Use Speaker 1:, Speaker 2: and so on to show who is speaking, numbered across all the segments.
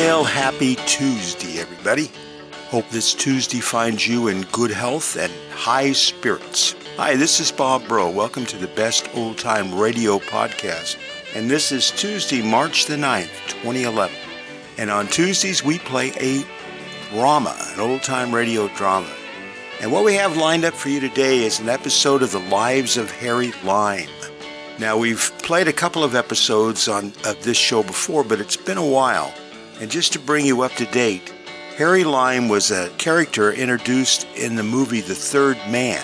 Speaker 1: Happy Tuesday, everybody. Hope this Tuesday finds you in good health and high spirits. Hi, this is Bob Bro. Welcome to the Best Old Time Radio Podcast. And this is Tuesday, March the 9th, 2011. And on Tuesdays, we play a drama, an old time radio drama. And what we have lined up for you today is an episode of The Lives of Harry Lime. Now, we've played a couple of episodes on, of this show before, but it's been a while. And just to bring you up to date, Harry Lime was a character introduced in the movie The Third Man,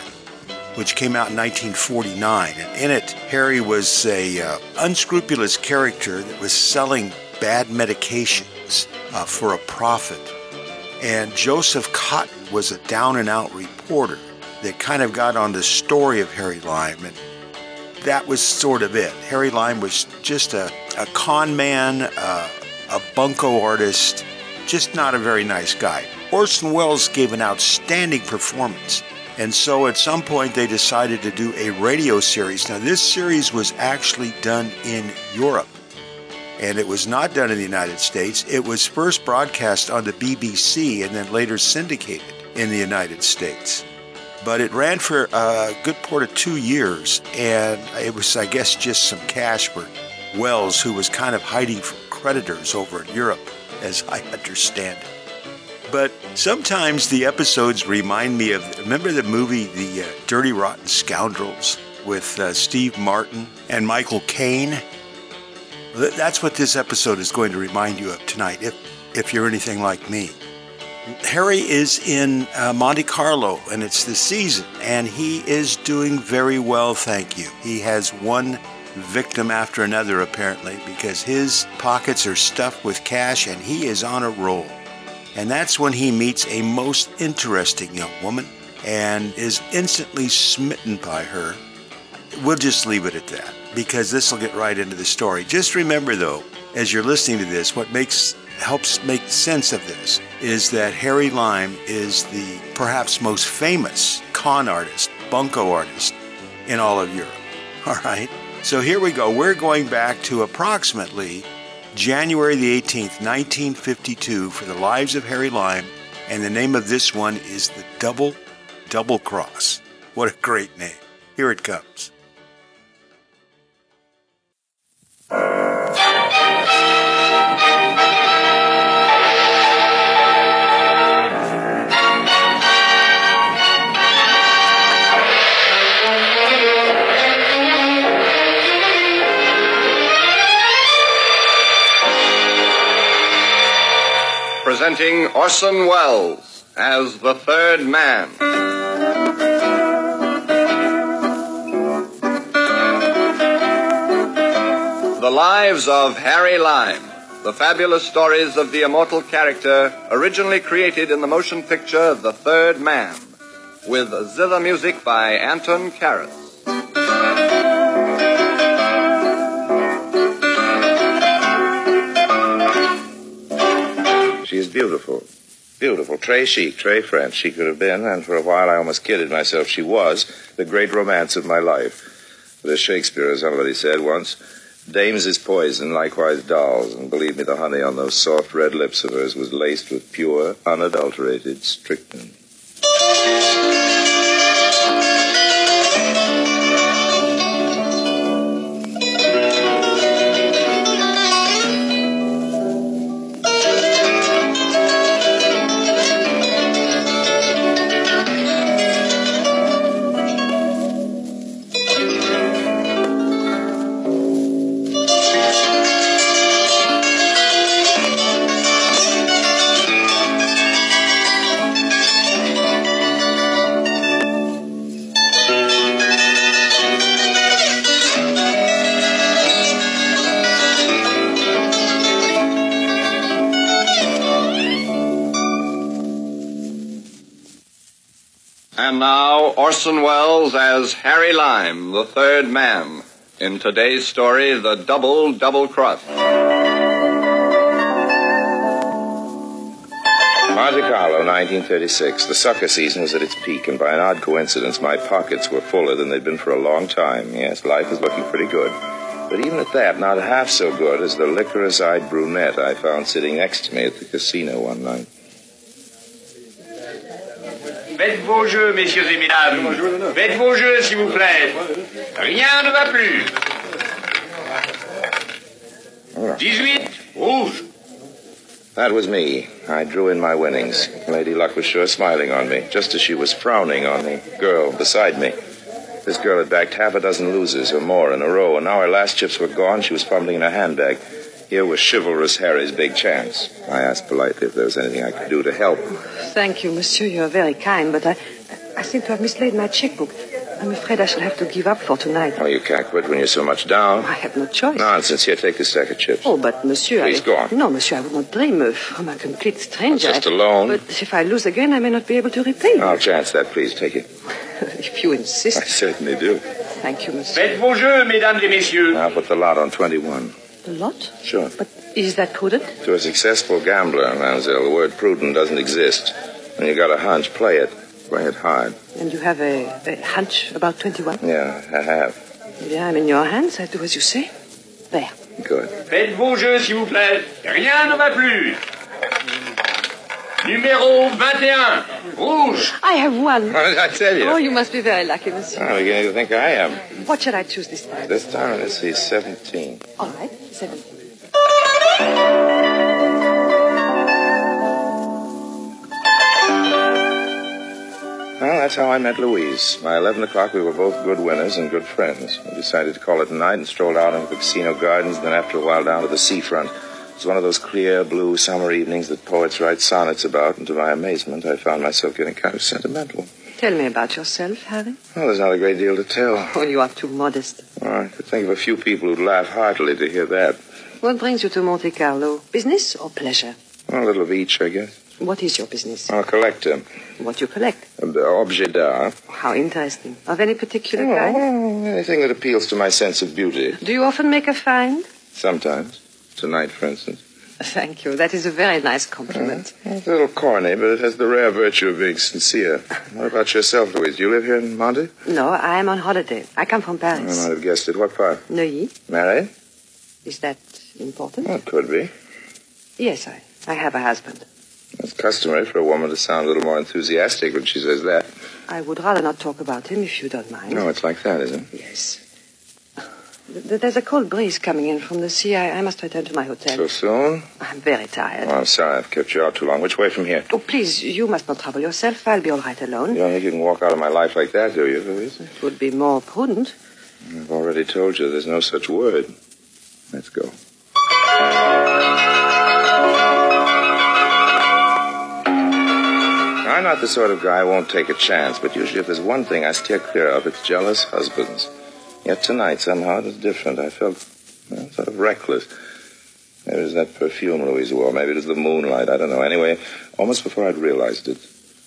Speaker 1: which came out in 1949. And in it, Harry was a uh, unscrupulous character that was selling bad medications uh, for a profit. And Joseph Cotton was a down and out reporter that kind of got on the story of Harry Lime and that was sort of it. Harry Lime was just a, a con man, uh, a bunco artist, just not a very nice guy. Orson Welles gave an outstanding performance. And so at some point, they decided to do a radio series. Now, this series was actually done in Europe, and it was not done in the United States. It was first broadcast on the BBC and then later syndicated in the United States but it ran for a good part of two years, and it was, I guess, just some cash for Wells, who was kind of hiding from creditors over in Europe, as I understand it. But sometimes the episodes remind me of remember the movie The uh, Dirty Rotten Scoundrels with uh, Steve Martin and Michael Caine. Th- That's what this episode is going to remind you of tonight, if if you're anything like me. Harry is in uh, Monte Carlo, and it's the season, and he is doing very well, thank you. He has one victim after another, apparently, because his pockets are stuffed with cash and he is on a roll. And that's when he meets a most interesting young woman and is instantly smitten by her. We'll just leave it at that because this will get right into the story. Just remember, though, as you're listening to this, what makes helps make sense of this is that Harry Lime is the perhaps most famous con artist, bunco artist in all of Europe. All right. So here we go. We're going back to approximately January the 18th, 1952 for The Lives of Harry Lime, and the name of this one is The Double Double Cross. What a great name. Here it comes.
Speaker 2: presenting Orson Welles as the third man. The Lives of Harry Lime, the fabulous stories of the immortal character originally created in the motion picture The Third Man, with zither music by Anton Karas.
Speaker 3: She is beautiful. Beautiful. Très chic, très French. She could have been, and for a while I almost kidded myself she was, the great romance of my life. But as Shakespeare, as somebody said once, dames is poison, likewise dolls, and believe me, the honey on those soft red lips of hers was laced with pure, unadulterated strychnine.
Speaker 2: And now, Orson Welles as Harry Lime, the third man. In today's story, The Double Double Cross.
Speaker 3: Monte Carlo, 1936. The sucker season was at its peak, and by an odd coincidence, my pockets were fuller than they'd been for a long time. Yes, life was looking pretty good. But even at that, not half so good as the licorice eyed brunette I found sitting next to me at the casino one night.
Speaker 4: Faites vos jeux, messieurs et mesdames. Faites vos jeux, s'il vous plaît. Rien ne va plus. 18, rouge.
Speaker 3: That was me. I drew in my winnings. Lady Luck was sure smiling on me, just as she was frowning on the girl beside me. This girl had backed half a dozen losers or more in a row, and now her last chips were gone. She was fumbling in her handbag. Here was chivalrous Harry's big chance. I asked politely if there was anything I could do to help.
Speaker 5: Thank you, monsieur. You are very kind, but I, I seem to have mislaid my checkbook. I'm afraid I shall have to give up for tonight.
Speaker 3: Oh, you can't quit when you're so much down.
Speaker 5: I have no choice.
Speaker 3: Nonsense. Here, take this stack of chips.
Speaker 5: Oh, but monsieur,
Speaker 3: Please
Speaker 5: I...
Speaker 3: go on.
Speaker 5: No, monsieur, I would not blame you from a complete stranger.
Speaker 3: Just a loan.
Speaker 5: But if I lose again, I may not be able to repay you.
Speaker 3: I'll chance that. Please take it.
Speaker 5: if you
Speaker 3: I
Speaker 5: insist.
Speaker 3: certainly do.
Speaker 5: Thank you, monsieur.
Speaker 4: Faites vos jeux, mesdames et messieurs.
Speaker 3: Now put the lot on 21.
Speaker 5: A lot?
Speaker 3: Sure.
Speaker 5: But is that prudent?
Speaker 3: To a successful gambler, mademoiselle, the word prudent doesn't exist. When you got a hunch, play it. Play it hard.
Speaker 5: And you have a, a hunch about 21?
Speaker 3: Yeah, I have.
Speaker 5: Yeah, I'm in your hands. I do as you say. There.
Speaker 3: Good.
Speaker 4: Faites vos jeux, s'il vous plaît. Rien ne va plus. Numéro 21, rouge.
Speaker 5: I have one.
Speaker 3: What did I tell you?
Speaker 5: Oh, you must be very lucky, monsieur.
Speaker 3: I'm beginning to think I am.
Speaker 5: What shall I choose this time?
Speaker 3: This time, let's see, 17.
Speaker 5: All right, seven.
Speaker 3: Well, that's how I met Louise. By 11 o'clock, we were both good winners and good friends. We decided to call it a night and strolled out into the casino gardens, then after a while down to the seafront. It was one of those clear, blue summer evenings that poets write sonnets about, and to my amazement, I found myself getting kind of sentimental.
Speaker 5: Tell me about yourself, Harry.
Speaker 3: Well, there's not a great deal to tell.
Speaker 5: Oh, you are too modest.
Speaker 3: Well, I could think of a few people who'd laugh heartily to hear that.
Speaker 5: What brings you to Monte Carlo? Business or pleasure?
Speaker 3: Well, a little of each, I guess.
Speaker 5: What is your business?
Speaker 3: I'm a collector,
Speaker 5: What you collect?
Speaker 3: an objet d'art.
Speaker 5: How interesting. Of any particular
Speaker 3: Oh,
Speaker 5: kind?
Speaker 3: well, anything that appeals to my sense of beauty.
Speaker 5: Do you often make a find?
Speaker 3: Sometimes. Tonight, for instance.
Speaker 5: Thank you. That is a very nice compliment.
Speaker 3: It's a little corny, but it has the rare virtue of being sincere. What about yourself, Louise? Do you live here in Monte?
Speaker 5: No, I am on holiday. I come from
Speaker 3: I
Speaker 5: Paris.
Speaker 3: might have guessed it. What part?
Speaker 5: Neuilly?
Speaker 3: Married?
Speaker 5: Is that important?
Speaker 3: Well, it could be.
Speaker 5: Yes, I, I have a husband.
Speaker 3: It's customary for a woman to sound a little more enthusiastic when she says that.
Speaker 5: I would rather not talk about him if you don't mind.
Speaker 3: No, it's like that, isn't it?
Speaker 5: Yes. Th- There's a cold breeze coming in from the sea. I, I must return to my hotel.
Speaker 3: So soon?
Speaker 5: I'm very tired.
Speaker 3: Oh, I'm sorry I've kept you out too long. Which way from here?
Speaker 5: Oh, please, you must not trouble yourself. I'll be all right alone.
Speaker 3: You don't think you can walk out of my life like that, do you, Louise?
Speaker 5: It would be more prudent.
Speaker 3: I've already told you there's no such word. Let's go. I'm not the sort of guy who won't take a chance, but usually if there's one thing I steer clear of, it's jealous husbands. Yet tonight, somehow, it was different. I felt well, sort of reckless. Maybe it was that perfume Louise wore. Maybe it was the moonlight. I don't know. Anyway, almost before I'd realized it,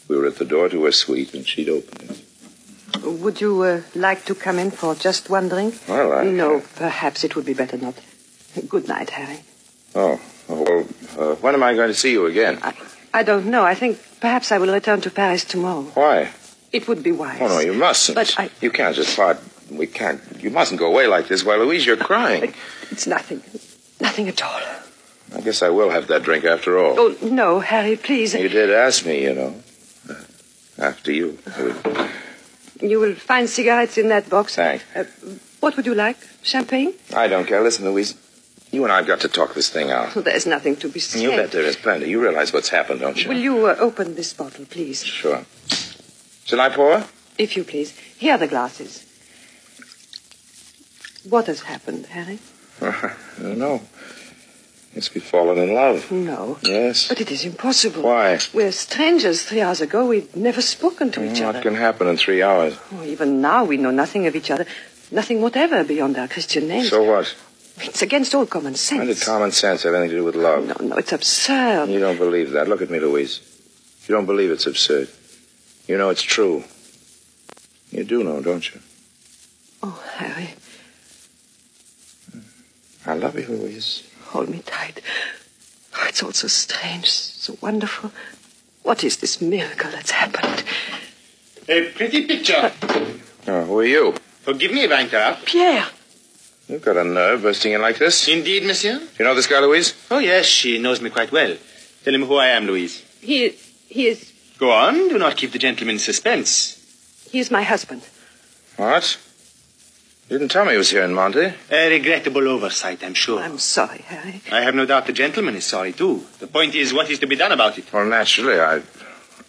Speaker 3: we were at the door to her suite, and she'd opened it.
Speaker 5: Would you uh, like to come in for just one drink?
Speaker 3: All right.
Speaker 5: No, perhaps it would be better not. Good night, Harry.
Speaker 3: Oh, well, uh, when am I going to see you again?
Speaker 5: I don't know. I think perhaps I will return to Paris tomorrow.
Speaker 3: Why?
Speaker 5: It would be wise.
Speaker 3: Oh, no, you mustn't.
Speaker 5: But I-
Speaker 3: You can't just part. We can't. You mustn't go away like this. Why, Louise, you're crying.
Speaker 5: It's nothing. Nothing at all.
Speaker 3: I guess I will have that drink after all.
Speaker 5: Oh, no, Harry, please.
Speaker 3: You did ask me, you know. Uh, After you.
Speaker 5: You will find cigarettes in that box.
Speaker 3: Thanks.
Speaker 5: Uh, what would you like? Champagne?
Speaker 3: I don't care. Listen, Louise. You and I've got to talk this thing out.
Speaker 5: Oh, there's nothing to be said.
Speaker 3: You bet there is plenty. You realize what's happened, don't you?
Speaker 5: Will you uh, open this bottle, please?
Speaker 3: Sure. Shall I pour?
Speaker 5: If you please. Here are the glasses. What has happened, Harry?
Speaker 3: I don't know. Guess we've fallen in love.
Speaker 5: No.
Speaker 3: Yes.
Speaker 5: But it is impossible.
Speaker 3: Why?
Speaker 5: We're strangers. Three hours ago, we'd never spoken to each
Speaker 3: What
Speaker 5: other.
Speaker 3: can happen in three hours?
Speaker 5: Oh, even now, we know nothing of each other. Nothing whatever beyond our Christian names.
Speaker 3: So what?
Speaker 5: It's against all common
Speaker 3: How did
Speaker 5: sense.
Speaker 3: common sense have anything to do with love?
Speaker 5: No, no, it's absurd.
Speaker 3: You don't believe that. Look at me, Louise. You don't believe it's absurd. You know it's true. You do know, don't you?
Speaker 5: Oh, Harry,
Speaker 3: I love you, Louise.
Speaker 5: hold me tight. Oh, it's all so strange, so wonderful. What is this miracle that's happened?
Speaker 6: A pretty picture.
Speaker 3: Oh, who are you?
Speaker 6: Forgive me if I interrupt.
Speaker 5: Pierre!
Speaker 3: You've got a nerve bursting in like this. Do
Speaker 4: Indeed, monsieur?
Speaker 3: you know this guy, Louise?
Speaker 4: Oh, yes, she knows me quite well. Tell him who I am, Louise.
Speaker 5: He is. He is.
Speaker 4: Go on, do not keep the gentleman in suspense.
Speaker 5: He is my husband.
Speaker 3: What? You didn't tell me he was here in Monte.
Speaker 4: A regrettable oversight, I'm sure.
Speaker 5: I'm sorry, Harry.
Speaker 4: I have no doubt the gentleman is sorry, too. The point is, what is to be done about it?
Speaker 3: Well, naturally, I.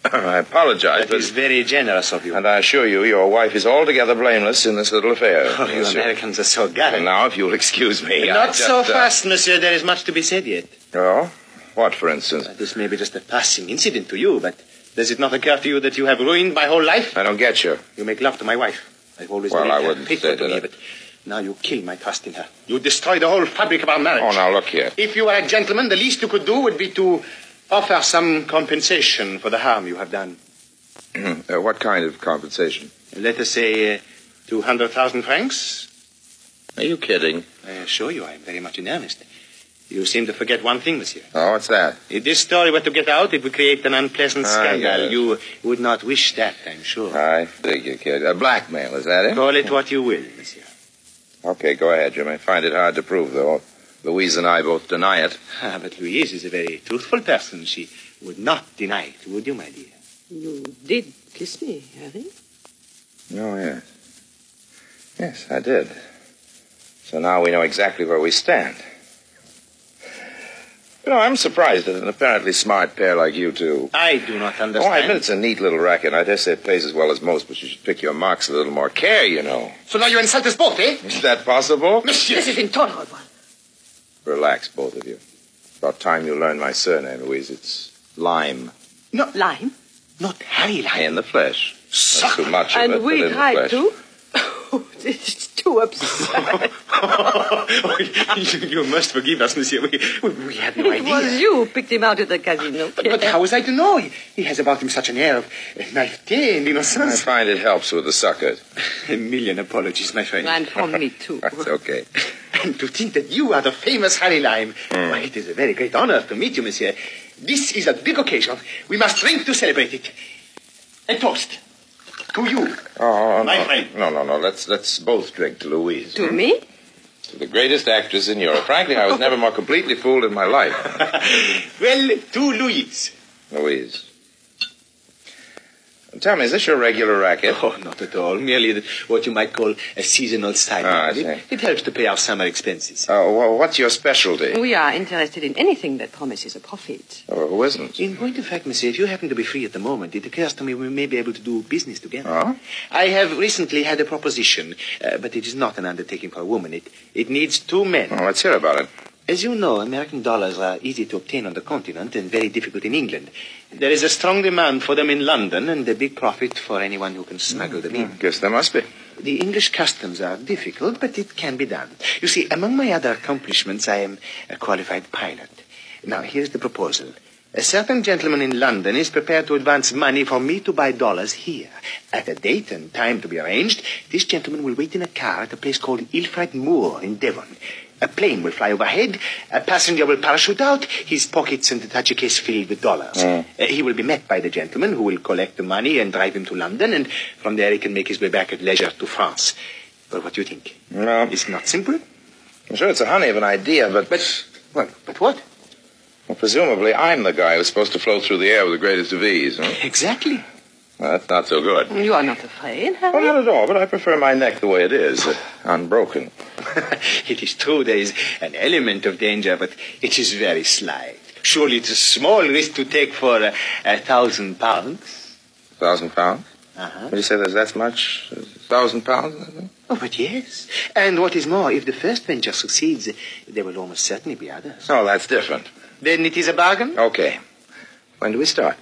Speaker 3: I apologize,
Speaker 4: That
Speaker 3: but.
Speaker 4: is very generous of you.
Speaker 3: And I assure you, your wife is altogether blameless in this little affair.
Speaker 4: Oh, you
Speaker 3: Yes, sir.
Speaker 4: Americans are so
Speaker 3: And
Speaker 4: gallant.
Speaker 3: now, if you'll excuse me. I
Speaker 4: Not
Speaker 3: just,
Speaker 4: so
Speaker 3: uh,
Speaker 4: fast, monsieur. There is much to be said yet.
Speaker 3: Oh? What, for instance?
Speaker 4: Uh, This may be just a passing incident to you, but does it not occur to you that you have ruined my whole life?
Speaker 3: I don't get you.
Speaker 4: You make love to my wife. I've always
Speaker 3: Well,
Speaker 4: believed
Speaker 3: I
Speaker 4: her
Speaker 3: wouldn't
Speaker 4: faithful
Speaker 3: say
Speaker 4: to
Speaker 3: that
Speaker 4: me,
Speaker 3: I-
Speaker 4: but now you kill my trust in her. You destroy the whole fabric of our marriage.
Speaker 3: Oh, now look here.
Speaker 4: If you were a gentleman, the least you could do would be to offer some compensation for the harm you have done.
Speaker 3: Uh, what kind of compensation?
Speaker 4: Let us say uh, 200,000 francs.
Speaker 3: Are you kidding?
Speaker 4: I assure you, I am very much in earnest. You seem to forget one thing, monsieur.
Speaker 3: Oh, what's that?
Speaker 4: If this story were to get out, it would create an unpleasant
Speaker 3: I
Speaker 4: scandal.
Speaker 3: guess.
Speaker 4: You would not wish that, I'm sure.
Speaker 3: I figure, kid. Uh, blackmail, is that it?
Speaker 4: Call it what you will, monsieur.
Speaker 3: Okay, go ahead. You may find it hard to prove, though. Louise and I both deny it.
Speaker 4: Ah, but Louise is a very truthful person. She would not deny it, would you, my dear?
Speaker 5: You did kiss me, Harry.
Speaker 3: Oh, yes. Yes, I did. So now we know exactly where we stand. You know, I'm surprised that an apparently smart pair like you two.
Speaker 4: I do not
Speaker 3: Oh,
Speaker 4: understand.
Speaker 3: I admit it's a neat little racket. I dare say it pays as well as most, but you should pick your marks with a little more care, you know.
Speaker 4: So now you insult us both, eh?
Speaker 3: Is that possible?
Speaker 4: Monsieur!
Speaker 5: This is intolerable.
Speaker 3: Relax, both of you. About time you learned my surname, Louise. It's Lime.
Speaker 5: Lime.
Speaker 4: Not Harry Lime.
Speaker 3: In the flesh. Not too much of it,
Speaker 5: And
Speaker 3: but
Speaker 5: we
Speaker 3: in the
Speaker 5: tried
Speaker 3: flesh.
Speaker 5: to. Oh, this is too absurd.
Speaker 4: Oh, you, you must forgive us, monsieur. We, we, we had no
Speaker 5: it
Speaker 4: idea.
Speaker 5: was you who picked him out at the casino.
Speaker 4: But, but how was I to know? He, he has about him such an air of uh, naivete and
Speaker 3: I
Speaker 4: innocence.
Speaker 3: find it helps with the sucker.
Speaker 4: a million apologies, my friend.
Speaker 5: And for me, too.
Speaker 3: That's okay.
Speaker 4: And to think that you are the famous Harry Lime.
Speaker 3: Mm.
Speaker 4: Why, it is a very great honor to meet you, monsieur. This is a big occasion. We must drink to celebrate it. A toast. To you.
Speaker 3: Oh,
Speaker 4: My
Speaker 3: no.
Speaker 4: friend.
Speaker 3: No, no, no. Let's let's both drink to Louise,
Speaker 5: To me?
Speaker 3: the greatest actress in Europe. Frankly, I was never more completely fooled in my life.
Speaker 4: well, to Louise.
Speaker 3: Louise. Tell me, is this your regular racket?
Speaker 4: Oh, not at all. Merely the, what you might call a seasonal side.
Speaker 3: Ah, I
Speaker 4: it,
Speaker 3: see.
Speaker 4: it helps to pay our summer expenses.
Speaker 3: Oh, well, what's your specialty?
Speaker 5: We are interested in anything that promises a profit.
Speaker 3: Oh, who isn't?
Speaker 4: In point of fact, monsieur, if you happen to be free at the moment, it occurs to me we may be able to do business together.
Speaker 3: Huh?
Speaker 4: I have recently had a proposition, uh, but it is not an undertaking for a woman. It, it needs two men.
Speaker 3: Well, let's hear about it.
Speaker 4: As you know, American dollars are easy to obtain on the continent and very difficult in England. There is a strong demand for them in London and a big profit for anyone who can smuggle them in.
Speaker 3: Guess there must be.
Speaker 4: The English customs are difficult, but it can be done. You see, among my other accomplishments, I am a qualified pilot. Now, here's the proposal. A certain gentleman in London is prepared to advance money for me to buy dollars here. At a date and time to be arranged, this gentleman will wait in a car at a place called Ilfred Moor in Devon. A plane will fly overhead, a passenger will parachute out, his pockets and attache case filled with dollars. Uh, he will be met by the gentleman who will collect the money and drive him to London, and from there he can make his way back at leisure to France. Well, what do you think?
Speaker 3: No.
Speaker 4: It's not simple.
Speaker 3: I'm sure it's a honey of an idea, but, but
Speaker 4: Well, but what?
Speaker 3: well, presumably I'm the guy who's supposed to float through the air with the greatest of ease. Huh?
Speaker 4: Exactly.
Speaker 3: Well, that's not so good.
Speaker 5: You are not afraid, Harry?
Speaker 3: Well, not at all, but I prefer my neck the way it is, uh, unbroken.
Speaker 4: it is true there is an element of danger, but it is very slight. Surely it's a small risk to take for uh, a thousand pounds.
Speaker 3: Thousand pounds?
Speaker 4: Uh-huh.
Speaker 3: Would you say there's that much? A thousand pounds? I think?
Speaker 4: Oh, but yes. And what is more, if the first venture succeeds, there will almost certainly be others.
Speaker 3: No, that's different.
Speaker 4: Then it is a bargain?
Speaker 3: Okay. When do we start?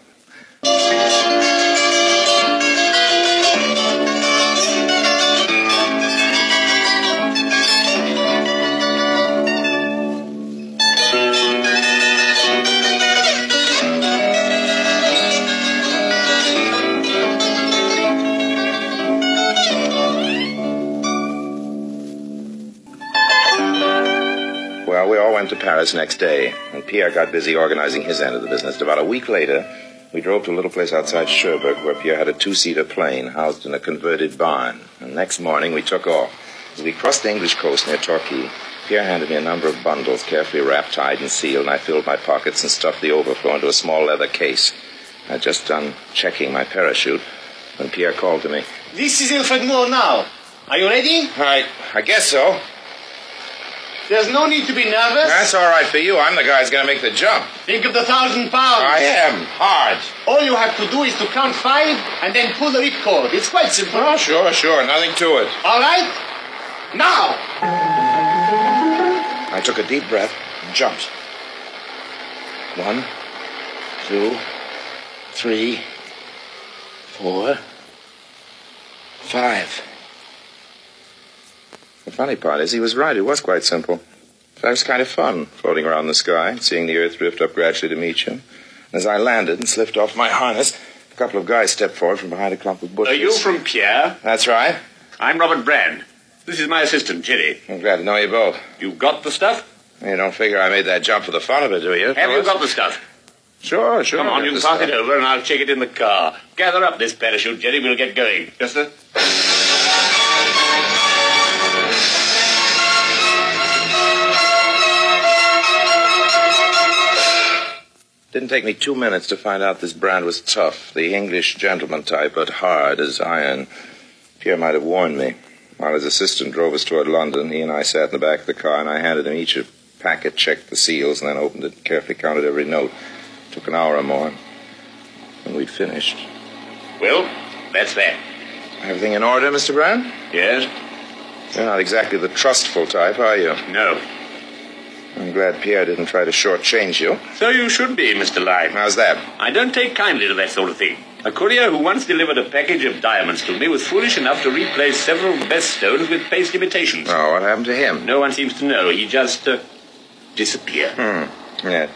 Speaker 3: Well, we all went to Paris next day, and Pierre got busy organizing his end of the business. About a week later, we drove to a little place outside Cherbourg where Pierre had a two seater plane housed in a converted barn. And next morning, we took off. As we crossed the English coast near Torquay, Pierre handed me a number of bundles carefully wrapped, tied, and sealed, and I filled my pockets and stuffed the overflow into a small leather case. I'd just done checking my parachute when Pierre called to me.
Speaker 4: This is Ilfred Moore now. Are you ready?
Speaker 3: I, I guess so.
Speaker 4: There's no need to be nervous.
Speaker 3: That's all right for you. I'm the guy who's going to make the jump.
Speaker 4: Think of the thousand pounds.
Speaker 3: I am
Speaker 6: Oh,
Speaker 3: hard.
Speaker 4: All you have to do is to count five and then pull the ripcord. It's quite simple.
Speaker 3: Sure, sure. Nothing to it.
Speaker 4: All right? Now!
Speaker 3: I took a deep breath and jumped. One, two, three, four, five. The funny part is, he was right. It was quite simple. In fact, It was kind of fun floating around the sky, seeing the earth drift up gradually to meet you. And as I landed and slipped off my harness, a couple of guys stepped forward from behind a clump of bushes.
Speaker 6: Are you from Pierre?
Speaker 3: That's right.
Speaker 6: I'm Robert Brand. This is my assistant, Jerry.
Speaker 3: I'm glad to know you both.
Speaker 6: You've got the stuff?
Speaker 3: You don't figure I made that jump for the fun of it, do you?
Speaker 6: Have you
Speaker 3: fellas?
Speaker 6: got the stuff?
Speaker 3: Sure, sure.
Speaker 6: Come
Speaker 3: I
Speaker 6: on,
Speaker 3: got
Speaker 6: you
Speaker 3: the
Speaker 6: pass
Speaker 3: stuff.
Speaker 6: it over and I'll check it in the car. Gather up this parachute, Jerry. We'll get going.
Speaker 2: Yes, sir.
Speaker 3: Didn't take me two minutes to find out this brand was tough, the English gentleman type, but hard as iron. Pierre might have warned me. While his assistant drove us toward London, he and I sat in the back of the car, and I handed him each a packet, checked the seals, and then opened it and carefully counted every note. Took an hour or more, and we'd finished.
Speaker 6: Well, that's that.
Speaker 3: Everything in order, Mr. Brand?
Speaker 6: Yes?
Speaker 3: You're not exactly the trustful type, are you?
Speaker 6: No.
Speaker 3: I'm glad Pierre didn't try to shortchange you.
Speaker 6: So you should be, Mr. Lyme.
Speaker 3: How's that?
Speaker 6: I don't take kindly to that sort of thing. A courier who once delivered a package of diamonds to me was foolish enough to replace several best stones with paste imitations.
Speaker 3: Oh, what happened to him?
Speaker 6: No one seems to know. He just uh, disappeared.
Speaker 3: Yeah.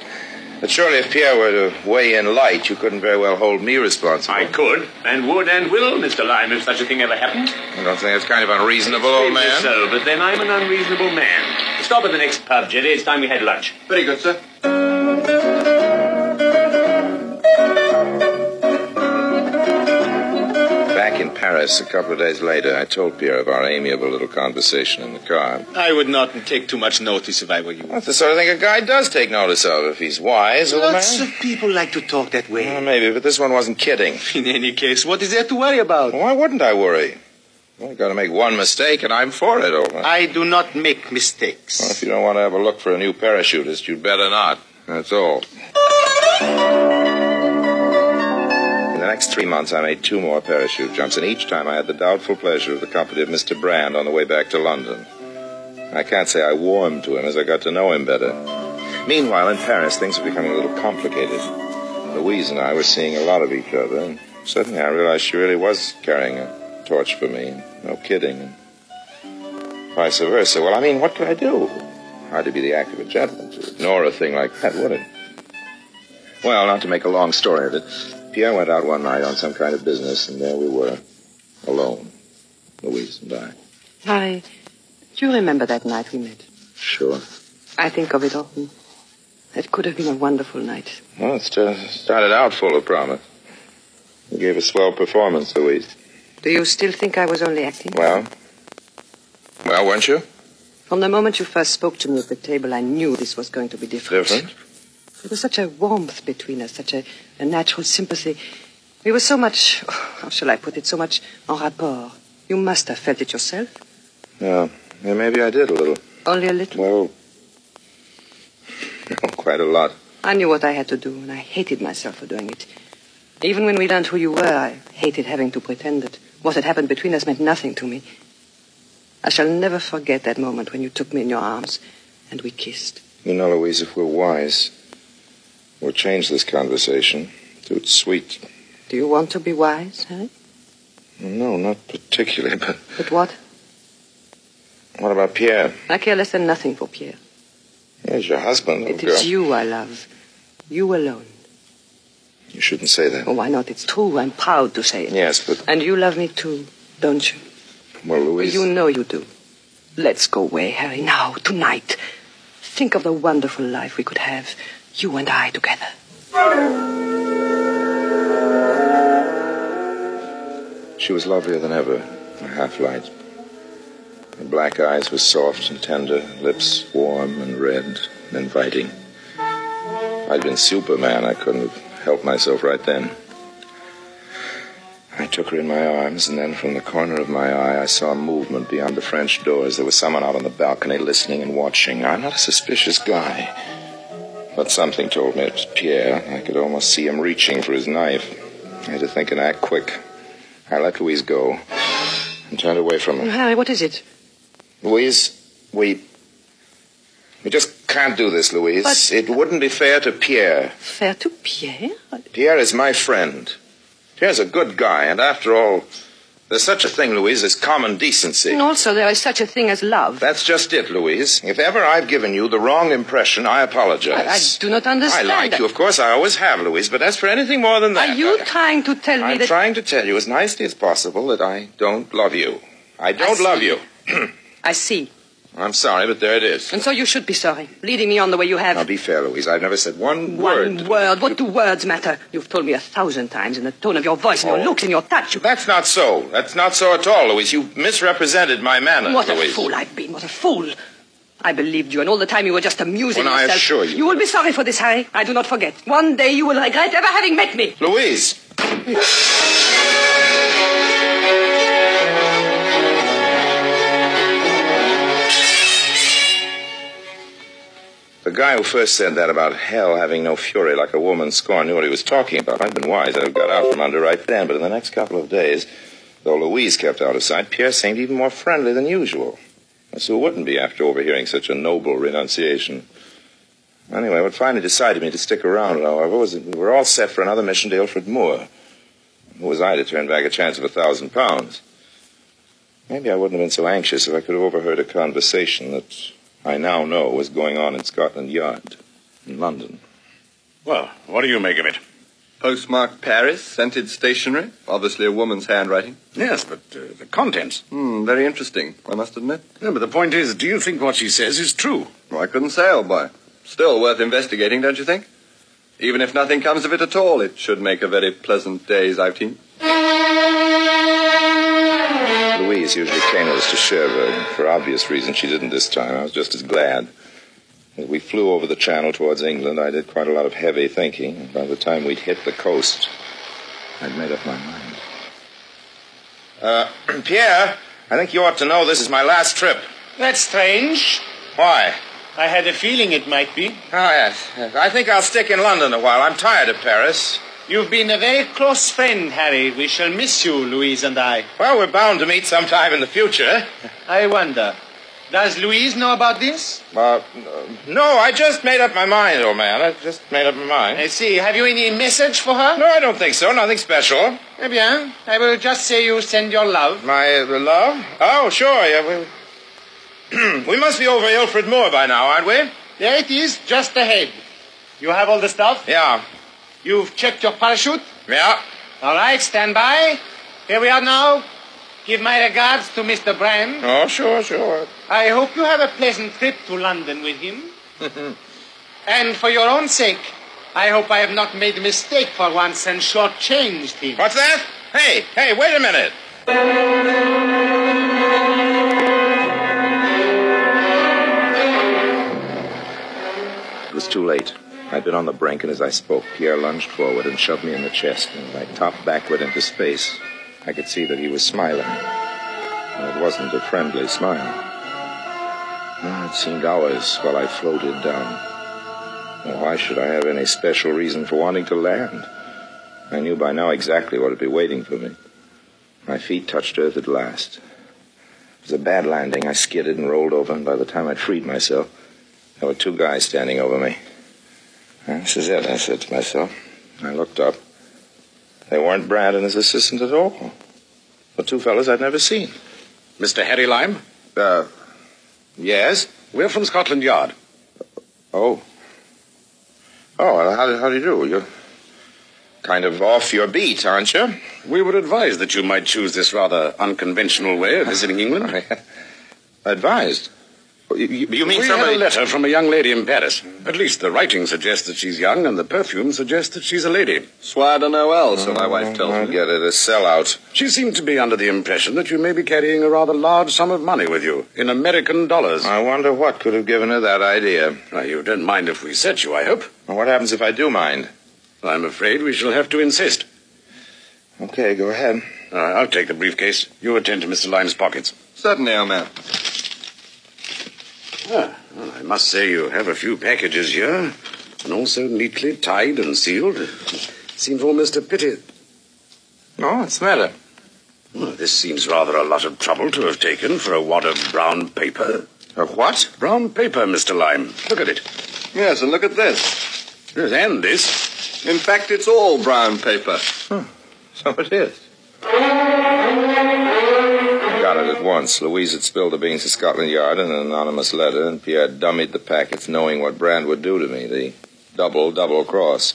Speaker 3: But surely if Pierre were to weigh in light, you couldn't very well hold me responsible.
Speaker 6: I could and would and will, Mr. Lyme, if such a thing ever happened.
Speaker 3: You don't think that's kind of unreasonable, old
Speaker 6: Extremely
Speaker 3: man?
Speaker 6: So, but then I'm an unreasonable man. Stop at the next pub, Jerry. It's time we had lunch.
Speaker 2: Very good, sir.
Speaker 3: Back in Paris a couple of days later, I told Pierre of our amiable little conversation in the car.
Speaker 4: I would not take too much notice if I were you.
Speaker 3: That's the sort of thing a guy does take notice of if he's wise, old
Speaker 4: Lots
Speaker 3: man.
Speaker 4: of people like to talk that
Speaker 3: Well,
Speaker 4: way.
Speaker 3: maybe, but this one wasn't kidding.
Speaker 4: In any case, what is there to worry about?
Speaker 3: Why wouldn't I worry? I've got to make one mistake, and I'm for it, old man.
Speaker 4: I do not make
Speaker 3: Well,
Speaker 4: mistakes.
Speaker 3: if you don't want to have a look for a new parachutist, you'd better not. That's all. In the next three months, I made two more parachute jumps, and each time I had the doubtful pleasure of the company of Mr. Brand on the way back to London. I can't say I warmed to him as I got to know him better. Meanwhile, in Paris, things were becoming a little complicated. Louise and I were seeing a lot of each other, and suddenly I realized she really was carrying a torch for me. No kidding. and Vice versa. Well, I mean, what could I do? Hard to be the act of a gentleman to ignore a thing like that, would it? Well, not to make a long story of it, Pierre went out one night on some kind of business, and there we were, alone, Louise and I.
Speaker 5: Harry, do you remember that night we met?
Speaker 3: Sure.
Speaker 5: I think of it often. It could have been a wonderful night.
Speaker 3: Well, it sta- started out full of promise. You gave a swell performance, Louise.
Speaker 5: Do you still think I was only acting?
Speaker 3: Well? Well, weren't you?
Speaker 5: From the moment you first spoke to me at the table, I knew this was going to be different.
Speaker 3: Different?
Speaker 5: There was such a warmth between us, such a, a natural sympathy. We were so much, how shall I put it, so much en rapport. You must have felt it yourself.
Speaker 3: Yeah. yeah. Maybe I did a little.
Speaker 5: Only a little.
Speaker 3: Well, no, quite a lot.
Speaker 5: I knew what I had to do, and I hated myself for doing it. Even when we learned who you were, I hated having to pretend that what had happened between us meant nothing to me. I shall never forget that moment when you took me in your arms and we kissed.
Speaker 3: You know, Louise, if we're wise, we'll change this conversation to it's sweet.
Speaker 5: Do you want to be wise, Harry?
Speaker 3: No, not particularly, but
Speaker 5: But what?
Speaker 3: what about Pierre?
Speaker 5: I care less than nothing for Pierre.
Speaker 3: He's your husband, little
Speaker 5: It
Speaker 3: girl.
Speaker 5: is you I love. You alone.
Speaker 3: You shouldn't say that.
Speaker 5: Oh, why not? It's true. I'm proud to say it.
Speaker 3: Yes, but,
Speaker 5: And you love me too, don't you?
Speaker 3: well, Louise,
Speaker 5: You know you do. Let's go away, Harry, now, tonight. Think of the wonderful life we could have, you and I together.
Speaker 3: she was lovelier than ever, a half light. Her black eyes were soft and tender, lips warm and red and inviting. I'd been Superman. I couldn't have helped myself right then. I took her in my arms, and then from the corner of my eye, I saw movement beyond the French doors. There was someone out on the balcony listening and watching. I'm not a suspicious guy. But something told me it was Pierre. I could almost see him reaching for his knife. I had to think and act quick. I let Louise go and turned away from her.
Speaker 5: Harry, what is it?
Speaker 3: Louise, we. We just can't do this, Louise.
Speaker 5: But-
Speaker 3: It wouldn't be fair to Pierre.
Speaker 5: Fair to Pierre?
Speaker 3: Pierre is my friend. Pierre's a good guy, and after all, there's such a thing, Louise, as common decency.
Speaker 5: And also, there is such a thing as love.
Speaker 3: That's just it, Louise. If ever I've given you the wrong impression, I apologize.
Speaker 5: I, I do not understand.
Speaker 3: I like you, of course. I always have, Louise. But as for anything more than that,
Speaker 5: Are you
Speaker 3: I,
Speaker 5: trying to tell me
Speaker 3: I'm
Speaker 5: that
Speaker 3: trying to tell you as nicely as possible that I don't love you. I don't
Speaker 5: see.
Speaker 3: love you.
Speaker 5: I see?
Speaker 3: I'm sorry, but there it is.
Speaker 5: And so you should be sorry, leading me on the way you have.
Speaker 3: Now be fair, Louise. I've never said one,
Speaker 5: One
Speaker 3: word.
Speaker 5: word. What do words matter? You've told me a thousand times in the tone of your voice, in your
Speaker 3: Oh.
Speaker 5: looks, in your touch. You...
Speaker 3: That's not so. That's not so at all, Louise. You misrepresented my manner,
Speaker 5: What
Speaker 3: Louise.
Speaker 5: a fool I've been. What a fool. I believed you, and all the time you were just amusing
Speaker 3: Well, I
Speaker 5: yourself.
Speaker 3: assure you-
Speaker 5: You will be sorry for this, Harry. I do not forget. One day you will regret ever having met me.
Speaker 3: Louise. The guy who first said that about hell having no fury like a woman scorned knew what he was talking about. I'd been wise. I'd have got out from under right then. But in the next couple of days, though Louise kept out of sight, Pierre seemed even more friendly than usual. As who wouldn't be after overhearing such a noble renunciation? Anyway, what finally decided me to stick around, however, was that we were all set for another mission to Ilford Moor. Who was I to turn back a chance of a thousand pounds? Maybe I wouldn't have been so anxious if I could have overheard a conversation that I now know was going on in Scotland Yard, in London.
Speaker 6: Well, what do you make of it?
Speaker 2: Postmark Paris, scented stationery. Obviously a woman's handwriting.
Speaker 7: Yes, but uh, the contents.
Speaker 2: Hmm, very interesting, I must admit.
Speaker 7: No, but the point is, do you think what she says is true?
Speaker 2: Well, I couldn't say, old boy. Still worth investigating, don't you think? Even if nothing comes of it at all, it should make a very pleasant day's outing.
Speaker 3: Louise usually came with us to Cherbourg. For obvious reasons, she didn't this time. I was just as glad. As we flew over the channel towards England, I did quite a lot of heavy thinking. and By the time we'd hit the coast, I'd made up my mind. Uh, Pierre, I think you ought to know this is my last trip.
Speaker 8: That's strange.
Speaker 3: Why?
Speaker 8: I had a feeling it might be.
Speaker 3: Oh, yes. yes. I think I'll stick in London a while. I'm tired of Paris.
Speaker 8: You've been a very close friend, Harry. We shall miss you, Louise and I.
Speaker 3: Well, we're bound to meet sometime in the future.
Speaker 8: I wonder, does Louise know about this?
Speaker 3: Uh, no, I just made up my mind, old man. I just made up my mind.
Speaker 8: I see. Have you any message for her?
Speaker 3: No, I don't think so. Nothing special.
Speaker 8: Eh bien, I will just say you send your love.
Speaker 3: My uh, love? Oh, sure. Yeah, we... we must be over Ilford Moor by now, aren't we?
Speaker 8: There it is, just ahead. You have all the stuff?
Speaker 3: Yeah.
Speaker 8: You've checked your parachute?
Speaker 3: Yeah.
Speaker 8: All right, stand by. Here we are now. Give my regards to Mr. Brand.
Speaker 3: Oh, sure, sure.
Speaker 8: I hope you have a pleasant trip to London with him. and for your own sake, I hope I have not made a mistake for once and shortchanged him.
Speaker 3: What's that? Hey, hey, wait a minute. It was too late. I'd been on the brink, and as I spoke, Pierre lunged forward and shoved me in the chest, and I topped backward into space. I could see that he was smiling. And it wasn't a friendly smile. Ah, it seemed hours while I floated down. Now, why should I have any special reason for wanting to land? I knew by now exactly what would be waiting for me. My feet touched earth at last. It was a bad landing. I skidded and rolled over, and by the time I'd freed myself, there were two guys standing over me. This is it, I said to myself. I looked up. They weren't Brad and his assistant at all. The two fellows I'd never seen.
Speaker 7: Mr. Harry Lime,
Speaker 3: Uh, yes?
Speaker 7: we're from Scotland Yard.
Speaker 3: Oh. Oh, well, how, do- how do you do? You're kind of off your beat, aren't you?
Speaker 7: We were advised that you might choose this rather unconventional way of visiting England.
Speaker 3: Advised? You, you mean
Speaker 4: we
Speaker 3: somebody?
Speaker 4: had a letter from a young lady in Paris. At least the writing suggests that she's young, and the perfume suggests that she's a lady.
Speaker 2: Soir de Noël, so my wife tells
Speaker 3: I
Speaker 2: me.
Speaker 3: get it, a sellout.
Speaker 4: She seemed to be under the impression that you may be carrying a rather large sum of money with you in American dollars.
Speaker 3: I wonder what could have given her that idea.
Speaker 4: Now, you don't mind if we search you, I hope.
Speaker 3: Well, What happens if I do mind?
Speaker 4: I'm afraid we shall have to insist.
Speaker 3: Okay, go ahead.
Speaker 4: Uh, I'll take the briefcase. You attend to Mr. Lyme's pockets.
Speaker 2: Certainly, old man.
Speaker 4: Ah, well, I must say you have a few packages here, and also neatly tied and sealed. Seems almost a pity.
Speaker 3: Oh, what's the matter?
Speaker 4: Well, oh, this seems rather a lot of trouble to have taken for a wad of brown paper.
Speaker 3: A what?
Speaker 4: Brown paper, Mr. Lyme. Look at it.
Speaker 2: Yes, and look at this.
Speaker 4: Yes, and this.
Speaker 2: In fact, it's all brown paper.
Speaker 3: So it is. Got it at once. Louise had spilled the beans to Scotland Yard in an anonymous letter, and Pierre dummied the packets knowing what Brand would do to me the double, double cross.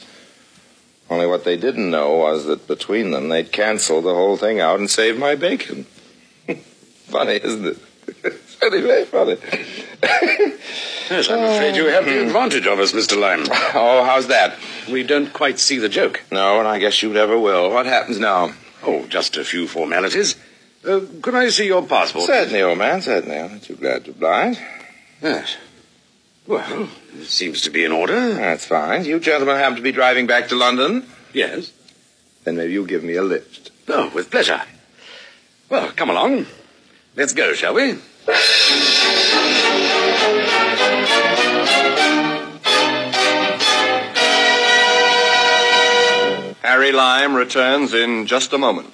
Speaker 3: Only what they didn't know was that between them they'd canceled the whole thing out and saved my bacon. funny, isn't it? it's really very funny.
Speaker 4: Yes, I'm afraid you have the advantage of us, Mr. Lyme.
Speaker 3: oh, how's that?
Speaker 4: Hmm. We don't quite see the joke.
Speaker 3: No, and I guess you never will. What happens now?
Speaker 4: Oh, just a few formalities. Uh, could I see your passport?
Speaker 3: Certainly, old man, certainly. I'm not too glad to oblige.
Speaker 4: Yes. Well, it seems to be in order.
Speaker 3: That's fine. You gentlemen happen to be driving back to London?
Speaker 4: Yes.
Speaker 3: Then maybe you'll give me a lift.
Speaker 4: Oh, with pleasure. Well, come along. Let's go, shall we?
Speaker 2: Harry Lime returns in just a moment.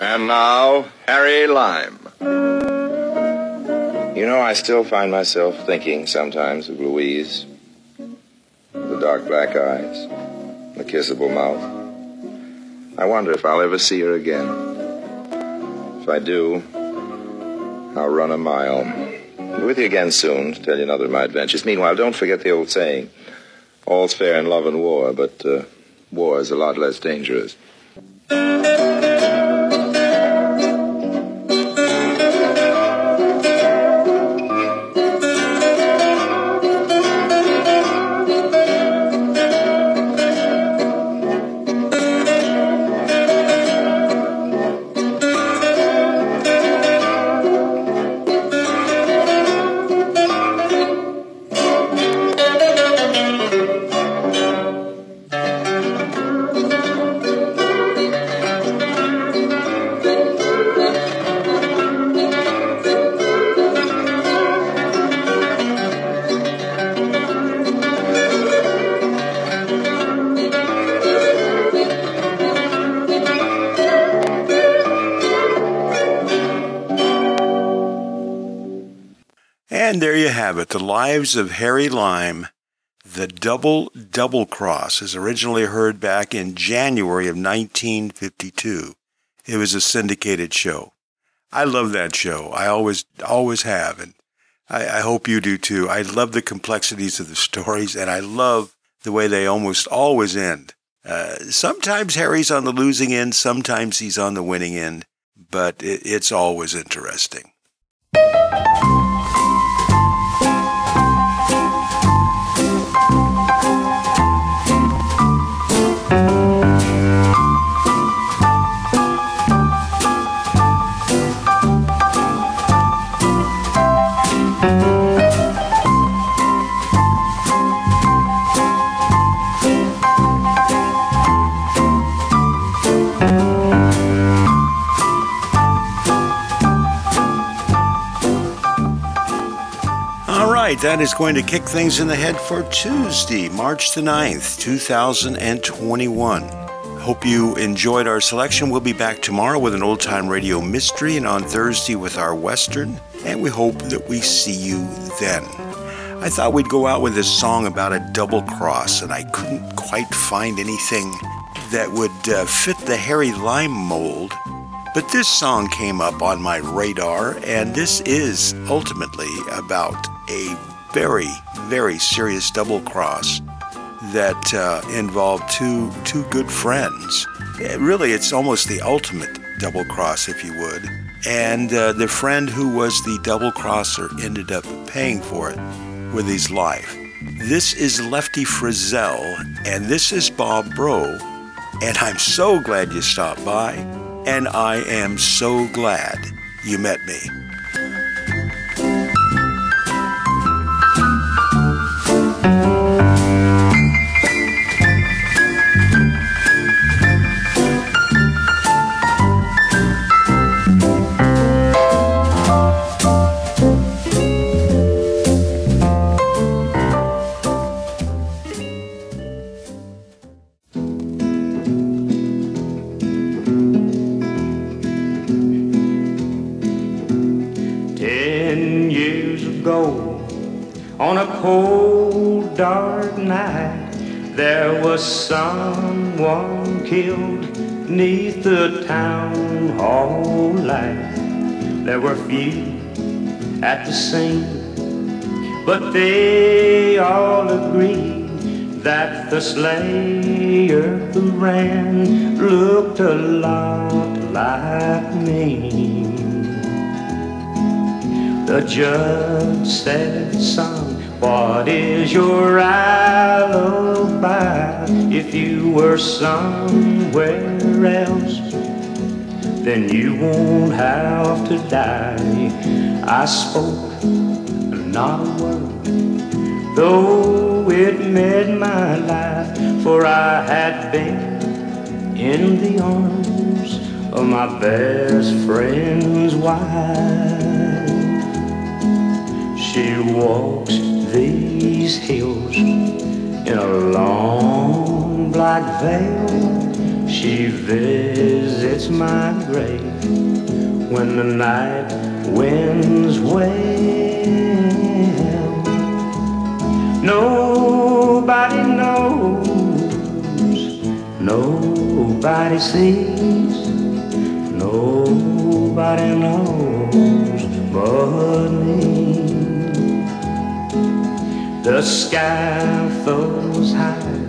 Speaker 2: And now, Harry Lime.
Speaker 3: You know, I still find myself thinking sometimes of Louise. The dark black eyes, the kissable mouth. I wonder if I'll ever see her again. If I do, I'll run a mile. Be with you again soon to tell you another of my adventures. Meanwhile, don't forget the old saying all's fair in love and war, but uh, war is a lot less dangerous.
Speaker 1: And there you have it The Lives of Harry Lime. The Double Double Cross is originally heard back in January of 1952. It was a syndicated show. I love that show. I always, always have. And I, I hope you do too. I love the complexities of the stories and I love the way they almost always end. Uh, sometimes Harry's on the losing end, sometimes he's on the winning end, but it, it's always interesting. right, that is going to kick things in the head for Tuesday, March the 9th, 2021. Hope you enjoyed our selection. We'll be back tomorrow with an old time radio mystery and on Thursday with our Western, and we hope that we see you then. I thought we'd go out with this song about a double cross, and I couldn't quite find anything that would uh, fit the Harry Lime mold. But this song came up on my radar, and this is ultimately about a very, very serious double cross that uh, involved two two good friends. It- really, it's almost the ultimate double cross, if you would. And uh, the friend who was the double crosser ended up paying for it with his life. This is Lefty Frizzell, and this is Bob Bro, and I'm so glad you stopped by, and I am so glad you met me.
Speaker 9: Ten years ago, on a cold, dark night, there was someone killed neath the town hall light. There were few at the scene, but they all agreed that the slayer who ran looked a lot like me. The judge said, son, what is your alibi? If you were somewhere else, then you won't have to die. I spoke not a word, though it meant my life, for I had been in the arms of my best friend's wife. She walks these hills in a long black veil. She visits my grave when the night winds wail. Nobody knows, nobody sees, nobody knows but me. The sky flows high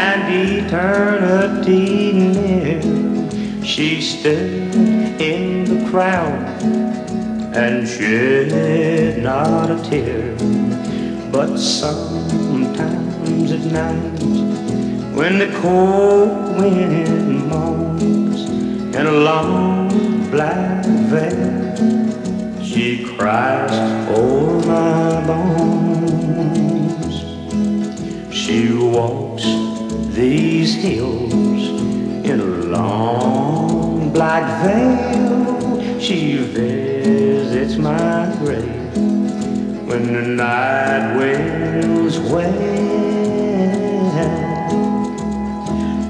Speaker 9: and eternity near. She stood in the crowd and shed not a tear. But sometimes at night, when the cold wind moans in a long black veil, she cries o'er my bones. She walks these hills in a long black veil. She visits my grave when the night winds wail.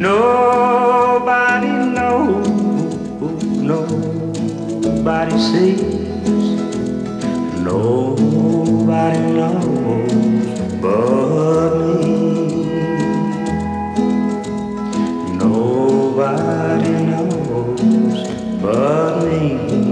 Speaker 9: Nobody knows, nobody sees. Nobody knows but me. Nobody knows but me.